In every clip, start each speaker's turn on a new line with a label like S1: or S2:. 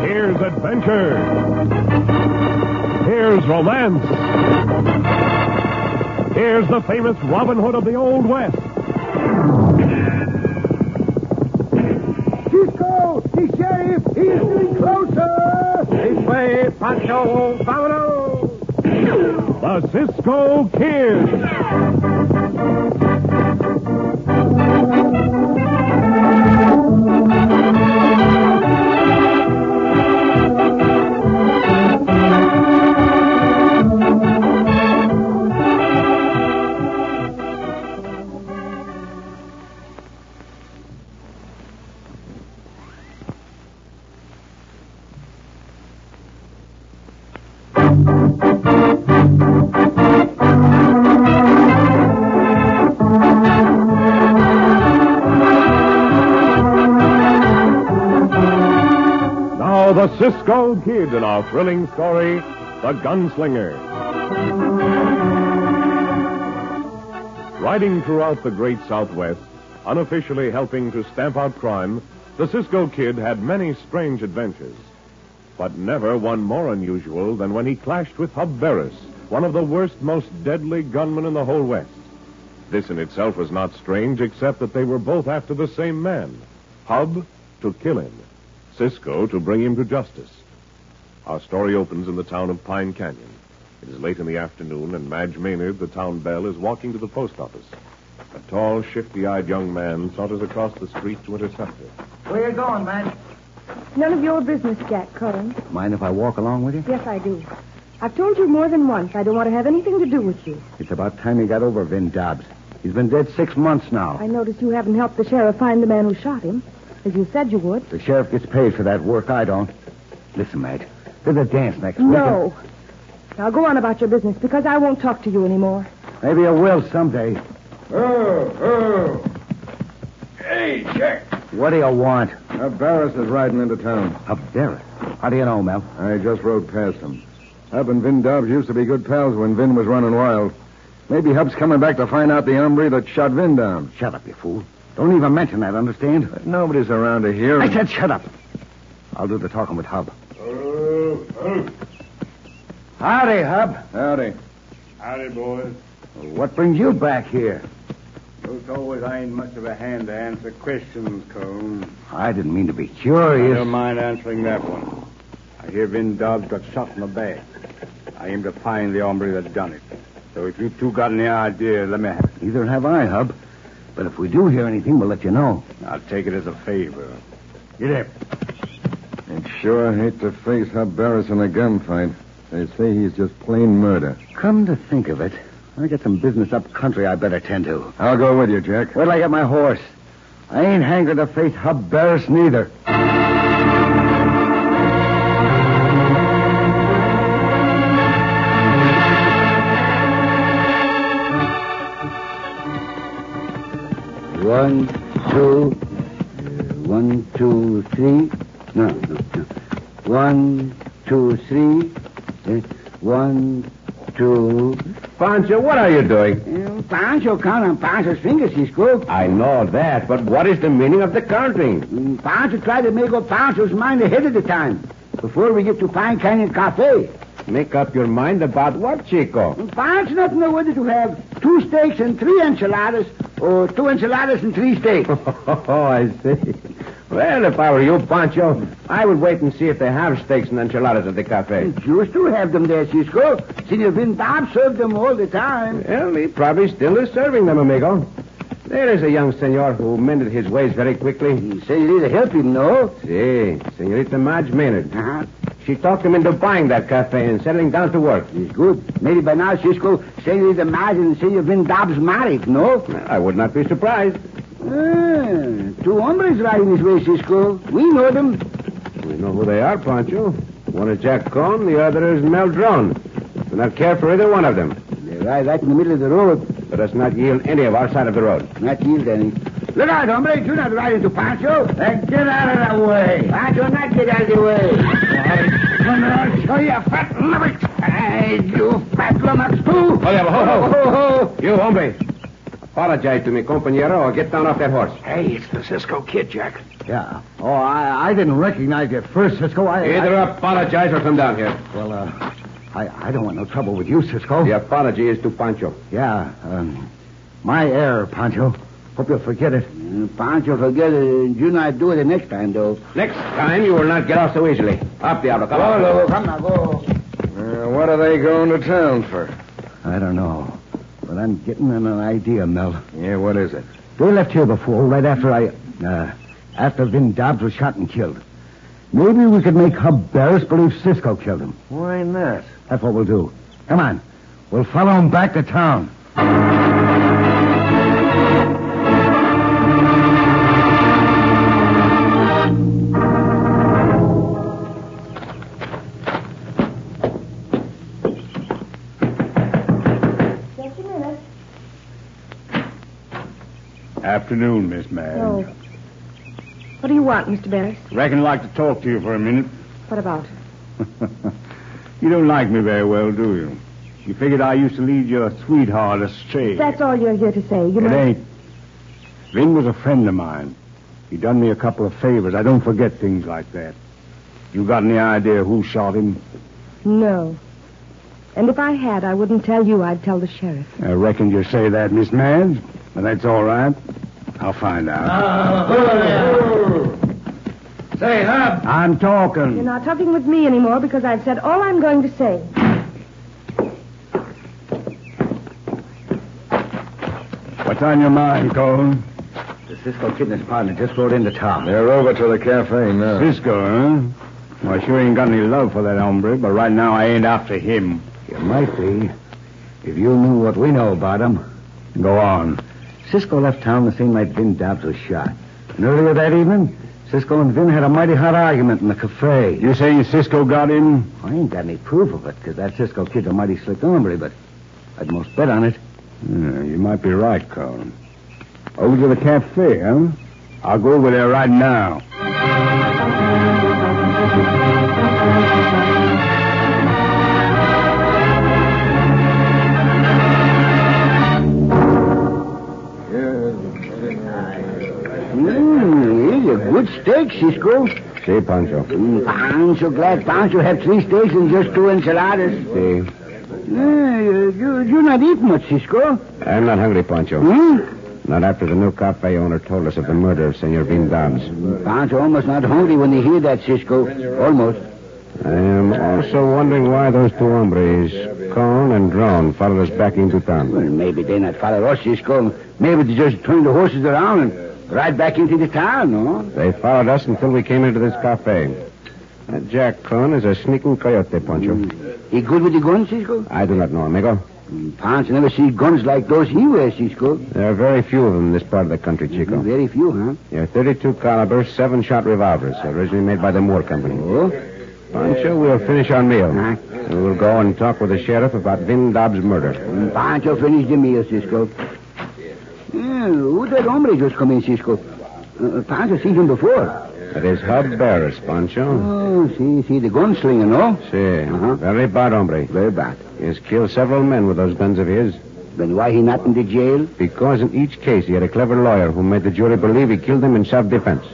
S1: Here's adventure. Here's romance. Here's the famous Robin Hood of the Old West.
S2: Cisco! The sheriff! He's getting closer!
S3: This way, Pancho! Vámonos!
S1: The Cisco Kid. Now the Cisco Kid in our thrilling story, The Gunslinger. Riding throughout the great Southwest, unofficially helping to stamp out crime, the Cisco Kid had many strange adventures. But never one more unusual than when he clashed with Hub Barris, one of the worst, most deadly gunmen in the whole West. This in itself was not strange, except that they were both after the same man Hub to kill him. Cisco to bring him to justice. Our story opens in the town of Pine Canyon. It is late in the afternoon, and Madge Maynard, the town belle, is walking to the post office. A tall, shifty eyed young man saunters across the street to intercept her.
S3: Where you going, man?
S4: None of your business, Jack Cullen.
S5: Mind if I walk along with you?
S4: Yes, I do. I've told you more than once I don't want to have anything to do with you.
S5: It's about time you got over Vin Dobbs. He's been dead six months now.
S4: I notice you haven't helped the sheriff find the man who shot him, as you said you would.
S5: The sheriff gets paid for that work. I don't. Listen, Madge. There's a dance next week.
S4: No. Now go on about your business because I won't talk to you anymore.
S5: Maybe I will someday.
S2: Oh, oh. Hey, Jack.
S5: What do you want?
S2: Now, Barris is riding into town.
S5: Up there. How do you know, Mel?
S2: I just rode past him. Hub and Vin Dobbs used to be good pals when Vin was running wild. Maybe Hub's coming back to find out the hombre that shot Vin down.
S5: Shut up, you fool. Uh, Don't even mention that, understand?
S2: But nobody's around to hear
S5: I
S2: him.
S5: said shut up. I'll do the talking with Hub. Howdy, Hub.
S2: Howdy.
S6: Howdy, boys.
S5: What brings you back here?
S6: Most always I ain't much of a hand to answer questions, Cone.
S5: I didn't mean to be
S6: I
S5: curious.
S6: don't mind answering that one. I hear Vin Dobbs got shot in the back. I aim to find the hombre that done it. So if you two got any idea, let me have it.
S5: Neither have I, Hub. But if we do hear anything, we'll let you know.
S6: I'll take it as a favor.
S5: Get up.
S2: I'd sure hate to face Hub Barris in a gunfight. They say he's just plain murder.
S5: Come to think of it, I got some business up country I better tend to.
S2: I'll go with you, Jack.
S5: Where'd I get my horse? I ain't hankered to face Hub Barris neither. One, two, uh, one, two, three. No, no, no. One, two, three. Uh, One, two.
S7: Pancho, what are you doing?
S5: Uh, Pancho count on Pancho's fingers, Cisco.
S7: I know that, but what is the meaning of the counting?
S5: Mm, Pancho tried to make up Pancho's mind ahead of the time. Before we get to Pine Canyon Cafe.
S7: Make up your mind about what, Chico?
S5: And Pancho not know whether to have two steaks and three enchiladas, or Oh, two enchiladas and three steaks.
S7: Oh, I see. Well, if I were you, Pancho, I would wait and see if they have steaks and enchiladas at the cafe.
S5: Used to have them there, Cisco. Senor Vin Bob served them all the time.
S7: Well, he probably still is serving them, amigo. There is a young senor who mended his ways very quickly.
S5: Senorita help him, no?
S7: See, Senorita Madge Maynard.
S5: Uh-huh.
S7: She talked him into buying that cafe and settling down to work.
S5: It's good. Maybe by now, Cisco, Senorita Madge and Senor Vin Dobbs married, no?
S7: Well, I would not be surprised.
S5: Ah, two hombres riding this way, Cisco. We know them.
S7: We know who they are, Pancho. One is Jack Cohn, the other is Meldron. Do not care for either one of them.
S5: They ride right in the middle of the road.
S7: Let us not yield any of our side of the road.
S5: Not yield any. Look out, hombre. Do not ride into Pancho. And get out of the way. Pancho, not get out of the way. Come on, I'll show you fat lummox. Hey, you fat lummox, too. Oh,
S7: Hola, ho, ho.
S5: ho, ho.
S7: You, hombre.
S5: Apologize to me, companero, or get down off that horse.
S7: Hey, it's the Cisco Kid, Jack.
S8: Yeah. Oh, I, I didn't recognize you at first, Cisco. I,
S5: Either apologize or come down here.
S8: I- well, uh, I, I don't want no trouble with you, Cisco.
S5: The apology is to Pancho.
S8: Yeah. Um, my error, Pancho. Hope you'll forget it.
S7: Mm, Pancho, forget it. Do not do it next time, though.
S5: Next time, you will not get off so easily. Up, Diablo. Come on.
S7: come now, go.
S8: Uh, what are they going to town for? I don't know. But I'm getting an idea, Mel. Yeah, what is it? They left here before, right after I. Uh, after Vin Dobbs was shot and killed. Maybe we could make Hub Barris believe Cisco killed him. Why not? That's what we'll do. Come on. We'll follow him back to town.
S4: Just a minute.
S1: Afternoon, Miss Madge.
S4: Oh. What do you want, Mr. Barris?
S1: Reckon I'd like to talk to you for a minute.
S4: What about?
S1: you don't like me very well, do you? You figured I used to lead your sweetheart astray.
S4: That's all you're here to say. You
S1: It
S4: know.
S1: ain't. Vin was a friend of mine. He done me a couple of favors. I don't forget things like that. You got any idea who shot him?
S4: No. And if I had, I wouldn't tell you. I'd tell the sheriff.
S1: I Uh, reckon you say that, Miss Madge. But that's all right. I'll find out.
S7: Say, Hub.
S1: I'm talking.
S4: You're not talking with me anymore because I've said all I'm going to say.
S1: What's on your mind, Cole?
S5: The Cisco Kidness partner just rode into town.
S8: They're over to the cafe now.
S1: Cisco, huh? Well, I sure ain't got any love for that hombre, but right now I ain't after him.
S5: You might be. If you knew what we know about him.
S1: Go on.
S5: Cisco left town the same night Vin Dobbs was shot. And earlier that evening, Cisco and Vin had a mighty hot argument in the cafe.
S1: You saying Cisco got in?
S5: I ain't got any proof of it, because that Cisco kid's a mighty slick hombre, but I'd most bet on it.
S1: Yeah, you might be right, Cole. Over to the cafe, huh? I'll go over there right now.
S7: Mmm, here's a good steak, Cisco.
S5: See, Pancho.
S7: Mm, Pancho, glad Pancho had three steaks and just two enchiladas.
S5: See,
S7: Yeah, you, you, you not eat much, Cisco.
S5: I'm not hungry, Pancho.
S7: Hmm?
S5: Not after the new cafe owner told us of the murder of Senor Vin Dobbs.
S7: Pancho almost not hungry when he hear that, Cisco. Almost.
S5: I am also wondering why those two hombres, Cone and Drone, followed us back into
S7: Well,
S5: town.
S7: maybe they not follow us, Cisco. Maybe they just turn the horses around and ride back into the town, no?
S5: They followed us until we came into this cafe. That Jack Cone is a sneaking coyote, Pancho.
S7: He good with the guns, Cisco?
S5: I do not know, amigo.
S7: Mm, Pancho never see guns like those he wears, Cisco.
S5: There are very few of them in this part of the country, Chico.
S7: Very few, huh?
S5: They are 32 caliber, seven-shot revolvers, originally made by the Moore Company. Pancho, we'll finish our meal.
S7: Huh?
S5: We will go and talk with the sheriff about Vin Dobbs' murder.
S7: Mm, Pancho finished the meal, Cisco. Yeah, who that hombre just come in, Cisco? Uh, Pancho seen him before.
S5: That is Hub Barris, Pancho.
S7: Oh, see, see, the gunslinger, no?
S5: See,
S7: Uh-huh.
S5: very bad hombre.
S7: Very bad.
S5: He has killed several men with those guns of his.
S7: Then why he not in the jail?
S5: Because in each case he had a clever lawyer who made the jury believe he killed them in self-defense.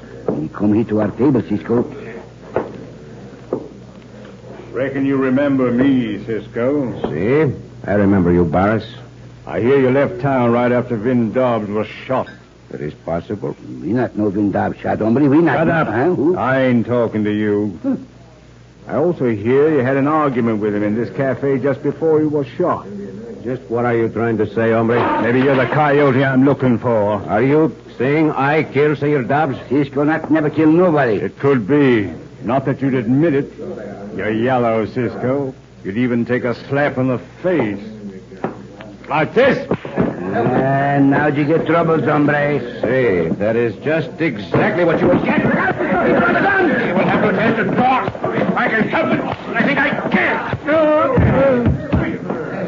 S7: He come here to our table, Cisco.
S1: Reckon you remember me, Cisco.
S5: See? I remember you, Barris.
S1: I hear you left town right after Vin Dobbs was shot.
S5: That is possible.
S7: We not know Vin Dobbs shot hombre. We not
S1: Shut
S7: know,
S1: up.
S7: Huh? Who?
S5: Ah.
S1: I ain't talking to you. I also hear you had an argument with him in this cafe just before he was shot.
S5: Just what are you trying to say, hombre?
S1: Maybe you're the coyote I'm looking for.
S5: Are you saying I killed Senor Dobbs?
S7: Cisco not never kill nobody.
S1: It could be. Not that you'd admit it. You're yellow, Cisco. You'd even take a slap in the face. Like this.
S7: And now you get troubles, hombre.
S5: See, that is just exactly what you would get.
S1: You will have to test the door. If I can help it, I think I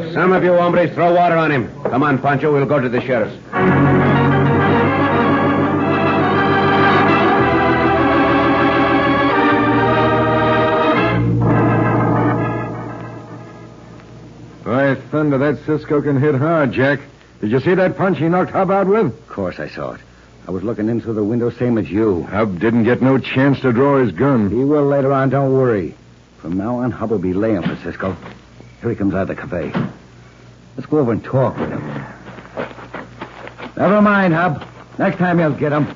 S1: can.
S5: Some of you hombres throw water on him. Come on, Pancho, we'll go to the sheriff's.
S8: By thunder, that Cisco can hit hard, Jack.
S2: Did you see that punch he knocked Hub out with?
S7: Of course I saw it. I was looking in through the window, same as you.
S2: Hub didn't get no chance to draw his gun.
S7: He will later on, don't worry. From now on, Hub will be laying for Cisco. Here he comes out of the cafe. Let's go over and talk with him. Never mind, Hub. Next time he'll get him.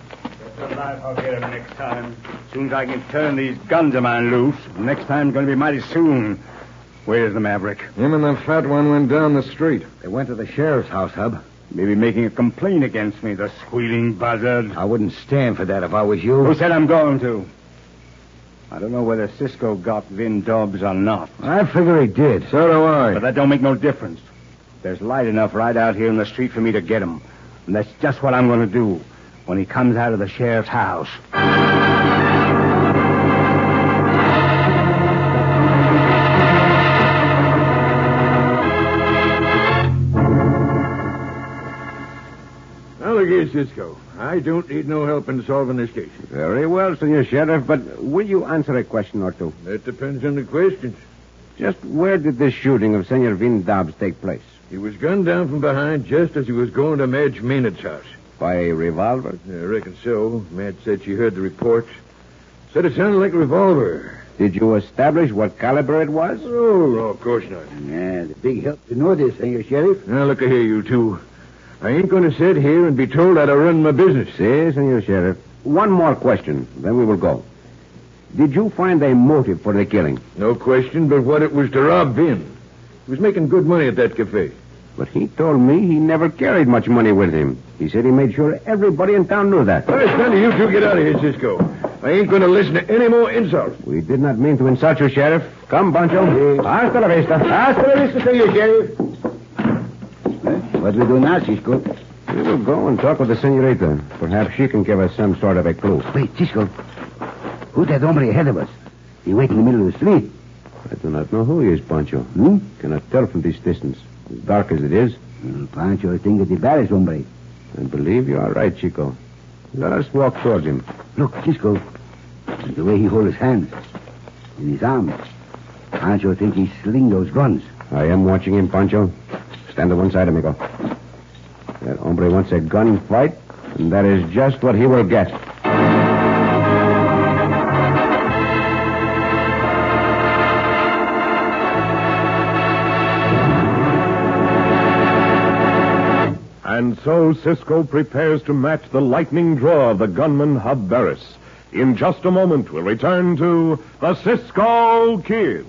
S6: Alive, I'll get him next time. Soon as I can turn these guns of mine loose, next time's going to be mighty soon. Where's the Maverick?
S2: Him and the fat one went down the street.
S7: They went to the sheriff's house, Hub.
S6: Maybe making a complaint against me, the squealing buzzard.
S7: I wouldn't stand for that if I was you.
S6: Who said I'm going to? I don't know whether Cisco got Vin Dobbs or not,
S7: I figure he did.
S2: So do
S6: but
S2: I.
S6: that don't make no difference. There's light enough right out here in the street for me to get him. And that's just what I'm going to do when he comes out of the sheriff's house.
S5: Well, again, Cisco, I don't need no help in solving this case.
S2: Very well, Senor Sheriff, but will you answer a question or two?
S5: That depends on the questions.
S2: Just where did this shooting of Senor Vin Dobbs take place?
S5: He was gunned down from behind just as he was going to Madge Maynard's house.
S2: By a revolver?
S5: I reckon so. Madge said she heard the reports. Said it sounded like a revolver.
S2: Did you establish what caliber it was?
S5: Oh, no, of course not.
S7: Yeah, the big help to know this, Senor Sheriff.
S5: Now, look here, you two. I ain't going to sit here and be told how to run my business.
S2: Si, Senor Sheriff. One more question, then we will go. Did you find a motive for the killing?
S5: No question but what it was to rob Vin. He was making good money at that cafe.
S2: But he told me he never carried much money with him. He said he made sure everybody in town knew that.
S5: All right, Stanley, you two get out of here, Cisco. I ain't going to listen to any more insults.
S2: We did not mean to insult you, Sheriff. Come, Pancho. Hasta la vista. Hasta la vista, Senor Sheriff.
S7: What do we do now, Cisco?
S2: We will go and talk with the senorita. Perhaps she can give us some sort of a clue.
S7: Wait, Cisco. Who's that hombre ahead of us? He wait in the middle of the street.
S2: I do not know who he is, Pancho.
S7: Hmm?
S2: Cannot tell from this distance. As dark as it is.
S7: Well, Mm, Pancho think it's the barracks, hombre.
S2: I believe you are right, Chico. Let us walk towards him.
S7: Look, Cisco. The way he hold his hands and his arms. Pancho think he sling those guns.
S2: I am watching him, Pancho. Stand to one side, amigo. That hombre wants a gun fight, and that is just what he will get.
S1: And so Cisco prepares to match the lightning draw of the gunman Hub Barris. In just a moment, we'll return to the Cisco Kid.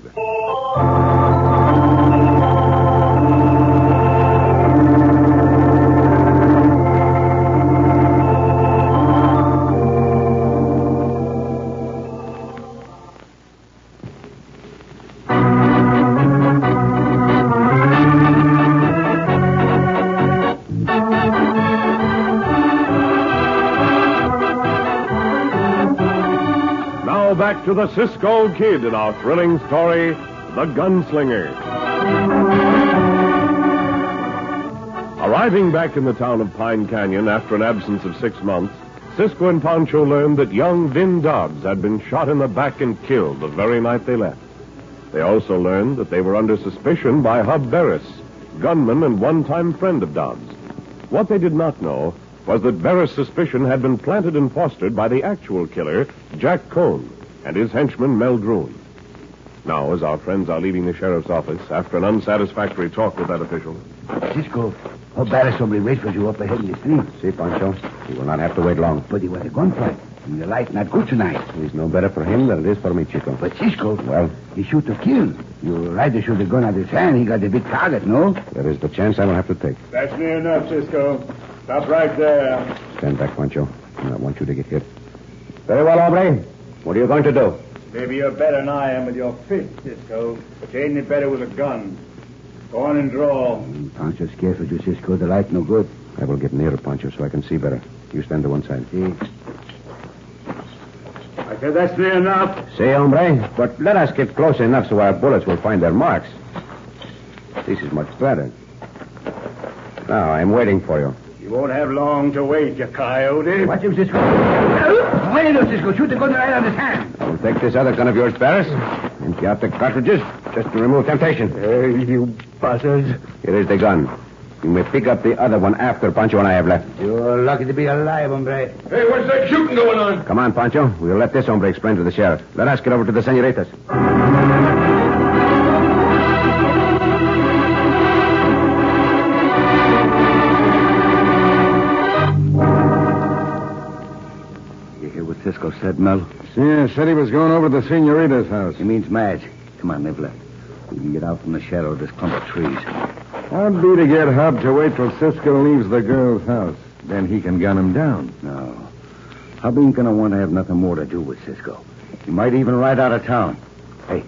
S1: Now back to the Cisco Kid in our thrilling story, The Gunslinger. Arriving back in the town of Pine Canyon after an absence of six months, Cisco and Pancho learned that young Vin Dobbs had been shot in the back and killed the very night they left. They also learned that they were under suspicion by Hub Barris, gunman and one-time friend of Dobbs. What they did not know was that Barris' suspicion had been planted and fostered by the actual killer, Jack Cohn, and his henchman, Mel Droon. Now, as our friends are leaving the sheriff's office after an unsatisfactory talk with that official,
S7: Cisco, how bad is hombre wait for you up ahead in the street?
S2: See, Pancho, he will not have to wait long.
S7: But he want a gunfight. And the light not good tonight.
S2: It is no better for him than it is for me, Chico.
S7: But Cisco,
S2: Well,
S7: he shoot to kill. You right to shoot the gun at his hand. He got the big target, no?
S2: that is the chance I will have to take.
S6: That's near enough, Cisco. Stop right there.
S2: Stand back, Pancho. I do not want you to get hit. Very well, hombre. What are you going to do?
S6: Maybe you're better than I am with your fist, Cisco. But you ain't any better with a gun. Go on and draw.
S7: Mm, Pancho scared for you, Cisco. The light no good.
S2: I will get nearer, Pancho, so I can see better. You stand to one side.
S7: See?
S6: I said that's near enough.
S2: See, hombre, but let us get close enough so our bullets will find their marks. This is much better. Now, I'm waiting for you.
S6: You won't have long to wait, you coyote.
S7: Watch him, Cisco. Wait him, Cisco. Shoot the gun right out of his hand.
S2: I'll take this other gun of yours, Barris. Empty
S7: Uh,
S2: out the cartridges just to remove temptation.
S6: Hey, you buzzards.
S2: Here is the gun.
S7: And we pick up the other one after Pancho and I have left.
S2: You're lucky to be alive, hombre.
S9: Hey, what's that shooting going on?
S7: Come on, Pancho. We'll let this hombre explain to the sheriff. Let us get over to the senoritas. You hear what Cisco said, Mel?
S6: Yeah, said he was going over to the senorita's house.
S7: He means Madge. Come on, Nibbler. We can get out from the shadow of this clump of trees.
S6: I'd be to get Hub to wait till Cisco leaves the girl's house. Then he can gun him down.
S7: No. Hub ain't gonna want to have nothing more to do with Cisco. He might even ride out of town. Hey,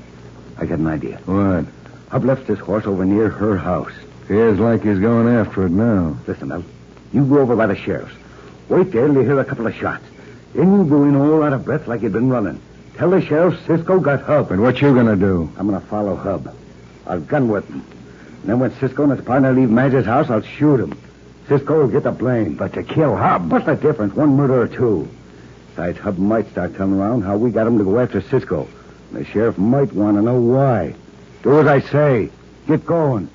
S7: I got an idea.
S6: What?
S7: Hub left his horse over near her house.
S6: Feels like he's going after it now.
S7: Listen, Mel. You go over by the sheriff's. Wait there till you hear a couple of shots. Then you go in all out of breath like you'd been running. Tell the sheriff Cisco got Hub.
S6: But what you gonna do?
S7: I'm gonna follow Hub. I'll gun with him. And then when Cisco and his partner leave Madge's house, I'll shoot him. Cisco will get the blame.
S2: But to kill Hub.
S7: What's the difference? One murder or two. Besides, Hub might start telling around how we got him to go after Cisco. And the sheriff might want to know why. Do as I say. Get going.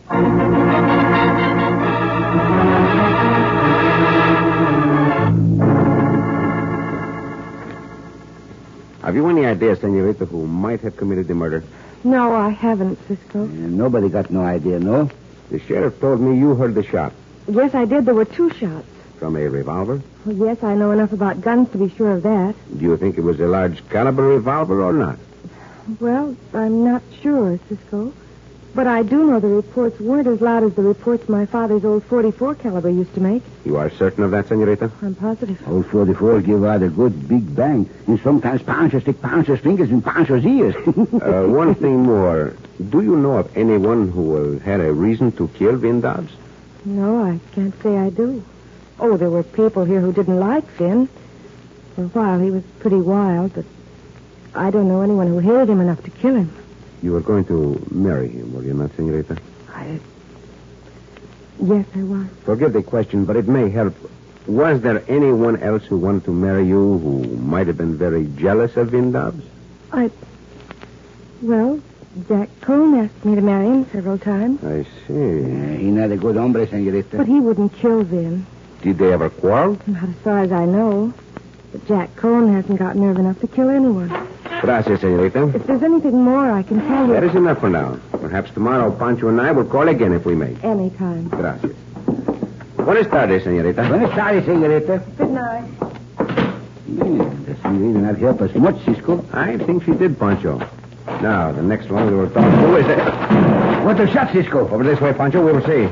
S7: Have you any idea, Senorita, who might have committed the murder?
S4: No, I haven't, Cisco.
S7: Uh, nobody got no idea, no? The sheriff told me you heard the shot
S4: Yes, I did. There were two shots.
S7: from a revolver.
S4: Well, yes, I know enough about guns to be sure of that.
S7: Do you think it was a large caliber revolver or not?
S4: Well, I'm not sure, Cisco. But I do know the reports weren't as loud as the reports my father's old 44 caliber used to make.
S7: You are certain of that, Senorita?
S4: I'm positive.
S7: Old 44 give out a good big bang, and sometimes Pancho stick Pancho's fingers in Pancho's ears. uh, one thing more. Do you know of anyone who uh, had a reason to kill Vin Dobbs?
S4: No, I can't say I do. Oh, there were people here who didn't like Finn. For a while, he was pretty wild, but I don't know anyone who hated him enough to kill him.
S7: You were going to marry him, were you not, Senorita?
S4: I. Yes, I was.
S7: Forgive the question, but it may help. Was there anyone else who wanted to marry you who might have been very jealous of Vin Dobbs?
S4: I. Well, Jack Cone asked me to marry him several times,
S7: I see. Eh, He not a good hombre, Senorita.
S4: but he wouldn't kill Vin.
S7: Did they ever quarrel?
S4: Not as far as I know. But Jack Cone hasn't got nerve enough to kill anyone.
S7: Gracias, Senorita.
S4: If there's anything more I can tell
S7: That
S4: you
S7: is enough for now. Perhaps tomorrow Pancho and I will call again if we may.
S4: any time.
S7: Gracias. Buenas tardes, señorita.
S2: Buenas tardes, senorita.
S4: Good night.
S2: the senorita not help us much, Cisco.
S7: I think she did, Pancho. Now, the next one we will talk to is...
S2: What the shots, Cisco?
S7: Over this way, Pancho. We will see.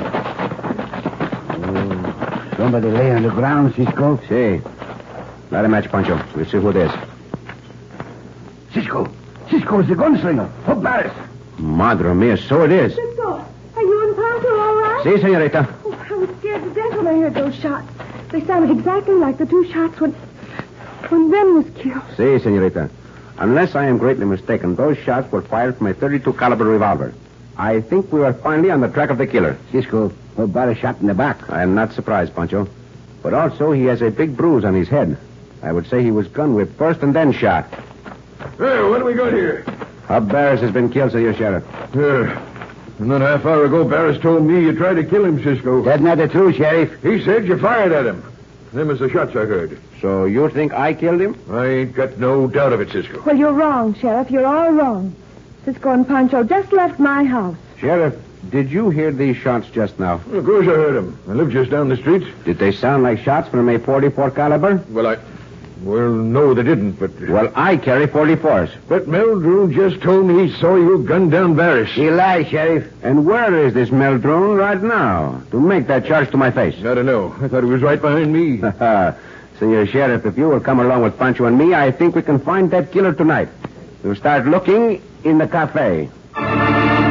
S2: Oh, Somebody lay on the ground, Cisco.
S7: See. Light a match, Pancho. We'll see who it is.
S2: Cisco. Cisco's the gunslinger. Hub Barris.
S7: Madre mia, so it is.
S4: Cisco, are you and Pancho all right?
S7: See, senorita.
S4: Oh, I was scared to death when I heard those shots. They sounded exactly like the two shots when when Ben was killed.
S7: See, senorita. Unless I am greatly mistaken, those shots were fired from a 32 caliber revolver. I think we are finally on the track of the killer.
S2: Cisco. Hub Barris shot in the back.
S7: I am not surprised, Pancho. But also, he has a big bruise on his head. I would say he was gunned with first and then shot.
S9: Hey, what do we got here?
S7: Hub Barris has been killed, Senor Sheriff.
S9: and then half hour ago, Barris told me you tried to kill him, Cisco.
S2: That's not the truth, Sheriff.
S9: He said you fired at him. Them is the shots I heard.
S7: So you think I killed him?
S9: I ain't got no doubt of it, Cisco.
S4: Well, you're wrong, Sheriff. You're all wrong. Cisco and Pancho just left my house.
S7: Sheriff, did you hear these shots just now?
S9: Of course I heard him. I live just down the street.
S7: Did they sound like shots from a 44 caliber?
S9: Well, I... Well, no, they didn't, but...
S7: Well, I carry 44s.
S9: But Meldrew just told me he saw you gun down Barris.
S7: He lies, Sheriff. And where is this Meldrone right now to make that charge to my face?
S9: I don't know. I thought he was right behind me.
S7: Senor Sheriff, if you will come along with Pancho and me, I think we can find that killer tonight. We'll start looking in the cafe.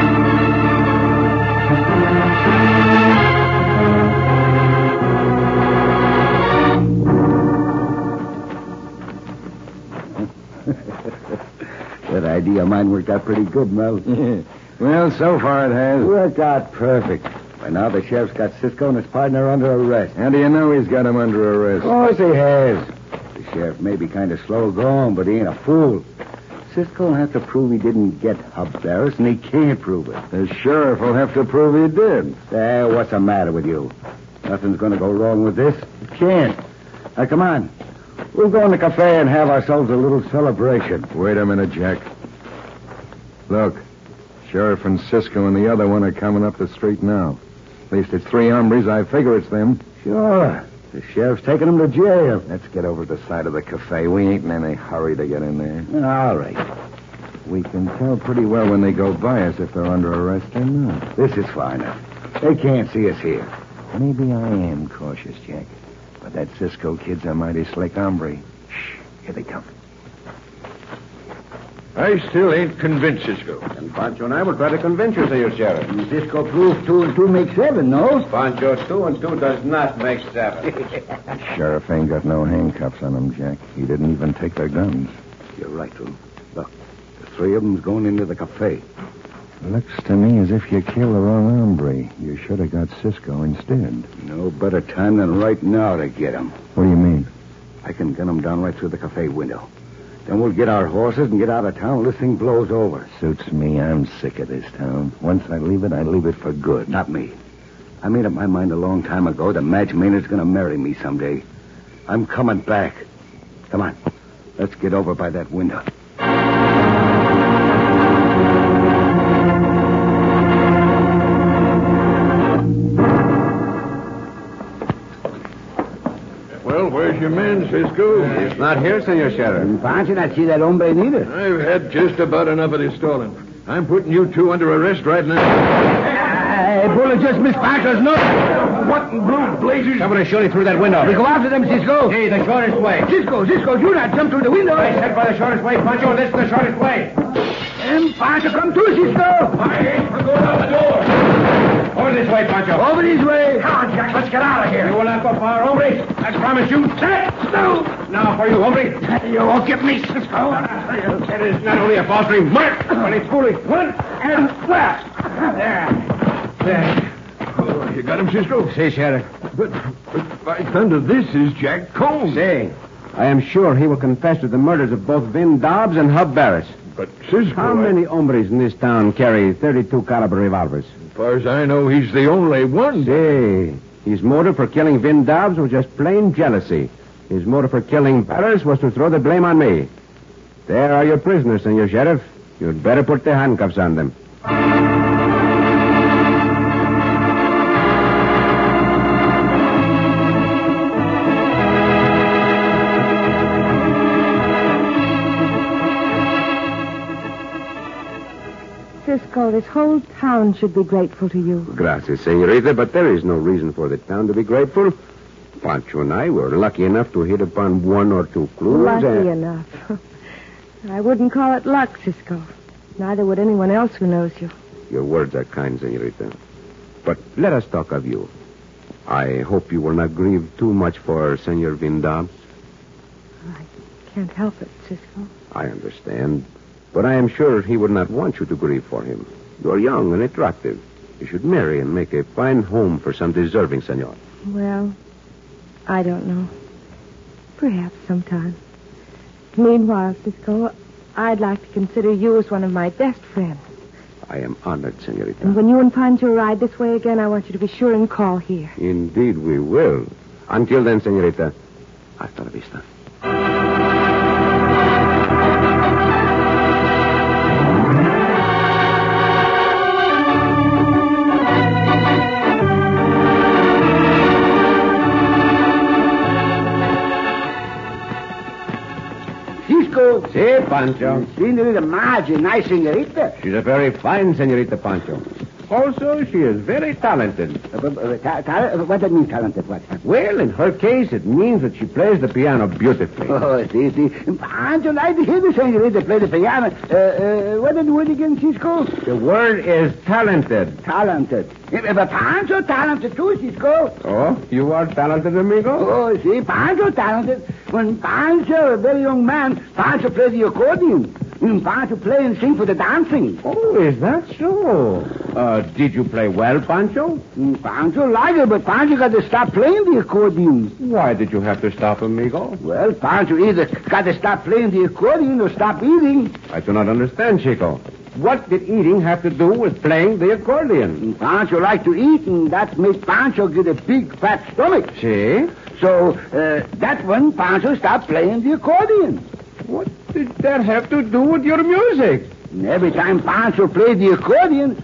S2: That idea of mine worked out pretty good, Mel.
S6: Well, so far it has.
S2: worked out perfect. By now, the sheriff's got Cisco and his partner under arrest.
S6: How do you know he's got him under
S2: Of
S6: arrest?
S2: course he has. The sheriff may be kind of slow going, but he ain't a fool.
S7: Cisco will have to prove he didn't get Hub Barris, and he can't prove it.
S1: The sheriff will have to prove he did.
S7: There, Eh, what's the matter with you? Nothing's going to go wrong with this. It can't. Now, come on. We'll go in the cafe and have ourselves a little celebration.
S5: Wait a minute, Jack. Look, Sheriff and Cisco and the other one are coming up the street now. At least it's three hombres. I figure it's them.
S7: Sure. The sheriff's taking him to jail.
S5: Let's get over to the side of the cafe. We ain't in any hurry to get in there.
S7: All right.
S5: We can tell pretty well when they go by us if they're under arrest or not.
S7: This is far enough. They can't see us here.
S5: Maybe I am cautious, Jack. But that Cisco kid's a mighty slick hombre. Shh. Here they come. I still ain't convinced, Cisco.
S10: And Pancho and I will try to convince you, Senor Sheriff.
S7: And Cisco proved two and two make seven, no?
S10: Pancho, two and two does not make seven.
S5: Sheriff ain't got no handcuffs on him, Jack. He didn't even take their guns.
S7: You're right, Lou. Look, the three of them's going into the cafe.
S5: Looks to me as if you killed the wrong hombre. You should have got Cisco instead.
S7: No better time than right now to get 'em.
S5: What do you mean?
S7: I can gun 'em down right through the cafe window. Then we'll get our horses and get out of town. This thing blows over.
S5: Suits me. I'm sick of this town. Once I leave it, I leave it for good.
S7: Not me. I made up my mind a long time ago that Madge Maynard's going to marry me someday. I'm coming back. Come on. Let's get over by that window.
S5: Well, where's your man, Cisco?
S10: It's not here, Senor Sheriff.
S1: Why did I see that hombre neither?
S5: I've had just about enough of this stalling. I'm putting you two under arrest right now.
S1: Hey, bullet just missed Parker's nose.
S5: What in blue blazes?
S1: Somebody shooting through that window. We go after them, Cisco.
S10: Hey, the shortest way.
S1: Cisco, Cisco, you not jump through the window.
S10: I said by the shortest way, Pancho, this is the shortest way.
S1: And Parker, come too, Cisco.
S10: I ain't for going out the door. Over this way, Pancho.
S1: Over this way.
S10: Come on, Jack, let's get out of here. You will not go far, hombre. I promise you. Set, no. Now for you, hombre.
S1: You won't get me, Cisco.
S10: It is not only a false remark, but it's foolish. One and left.
S5: Oh, you got him, Cisco?
S1: Say, Sheriff.
S5: But, but by thunder, this is Jack Combs.
S1: Say, I am sure he will confess to the murders of both Vin Dobbs and Hub Barris.
S5: But Cisco,
S1: How
S5: I-
S1: many hombres in this town carry 32 caliber revolvers?
S5: as far as I know, he's the only one.
S1: Say, his motive for killing Vin Dobbs was just plain jealousy. His motive for killing Barris was to throw the blame on me. There are your prisoners, Senor Sheriff. You'd better put the handcuffs on them.
S4: Cisco, this whole town should be grateful to you.
S1: Gracias, senorita, but there is no reason for the town to be grateful. Pancho and I were lucky enough to hit upon one or two clues.
S4: Lucky
S1: and-
S4: enough. I wouldn't call it luck, Cisco. Neither would anyone else who knows you.
S1: Your words are kind, senorita. But let us talk of you. I hope you will not grieve too much for Senor Vindam.
S4: Can't help it, Cisco.
S1: I understand. But I am sure he would not want you to grieve for him. You are young and attractive. You should marry and make a fine home for some deserving senor.
S4: Well, I don't know. Perhaps sometime. Meanwhile, Cisco, I'd like to consider you as one of my best friends.
S1: I am honored, senorita.
S4: And when you and Pancho ride this way again, I want you to be sure and call here.
S1: Indeed, we will. Until then, senorita, hasta la vista.
S11: Cisco.
S1: Si, Pancho.
S11: Senorita Marge, nice senorita.
S1: She's a very fine senorita, Pancho. Also, she is very talented.
S11: Uh, but, uh, ta- ta- uh, What do you mean, talented? What?
S1: Well, in her case, it means that she plays the piano beautifully.
S11: Oh, see, see. Aren't you like to hear the senorita play the piano? Uh, uh, what did the word again, Cisco?
S1: The word is talented.
S11: Talented. Uh, But Pancho talented too, Cisco.
S1: Oh, you are talented, amigo?
S11: Oh, see, Pancho talented. When Pancho, a very young man, Pancho played the accordion. Mm, Pancho play and sing for the dancing.
S1: Oh, is that so?
S12: Uh, did you play well, Pancho?
S7: Mm, Pancho liked it, but Pancho got to stop playing the accordion.
S12: Why did you have to stop, amigo?
S7: Well, Pancho either got to stop playing the accordion or stop eating.
S12: I do not understand, Chico. What did eating have to do with playing the accordion?
S7: Pancho liked to eat, and that made Pancho get a big, fat stomach.
S12: See?
S7: So uh, that one, Pancho stopped playing the accordion.
S12: What did that have to do with your music?
S7: And every time Pancho played the accordion,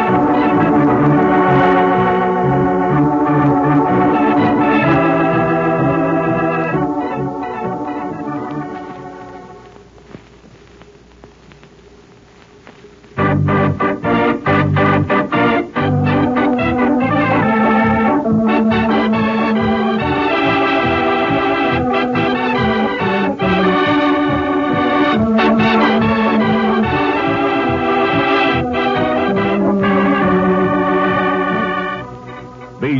S1: Be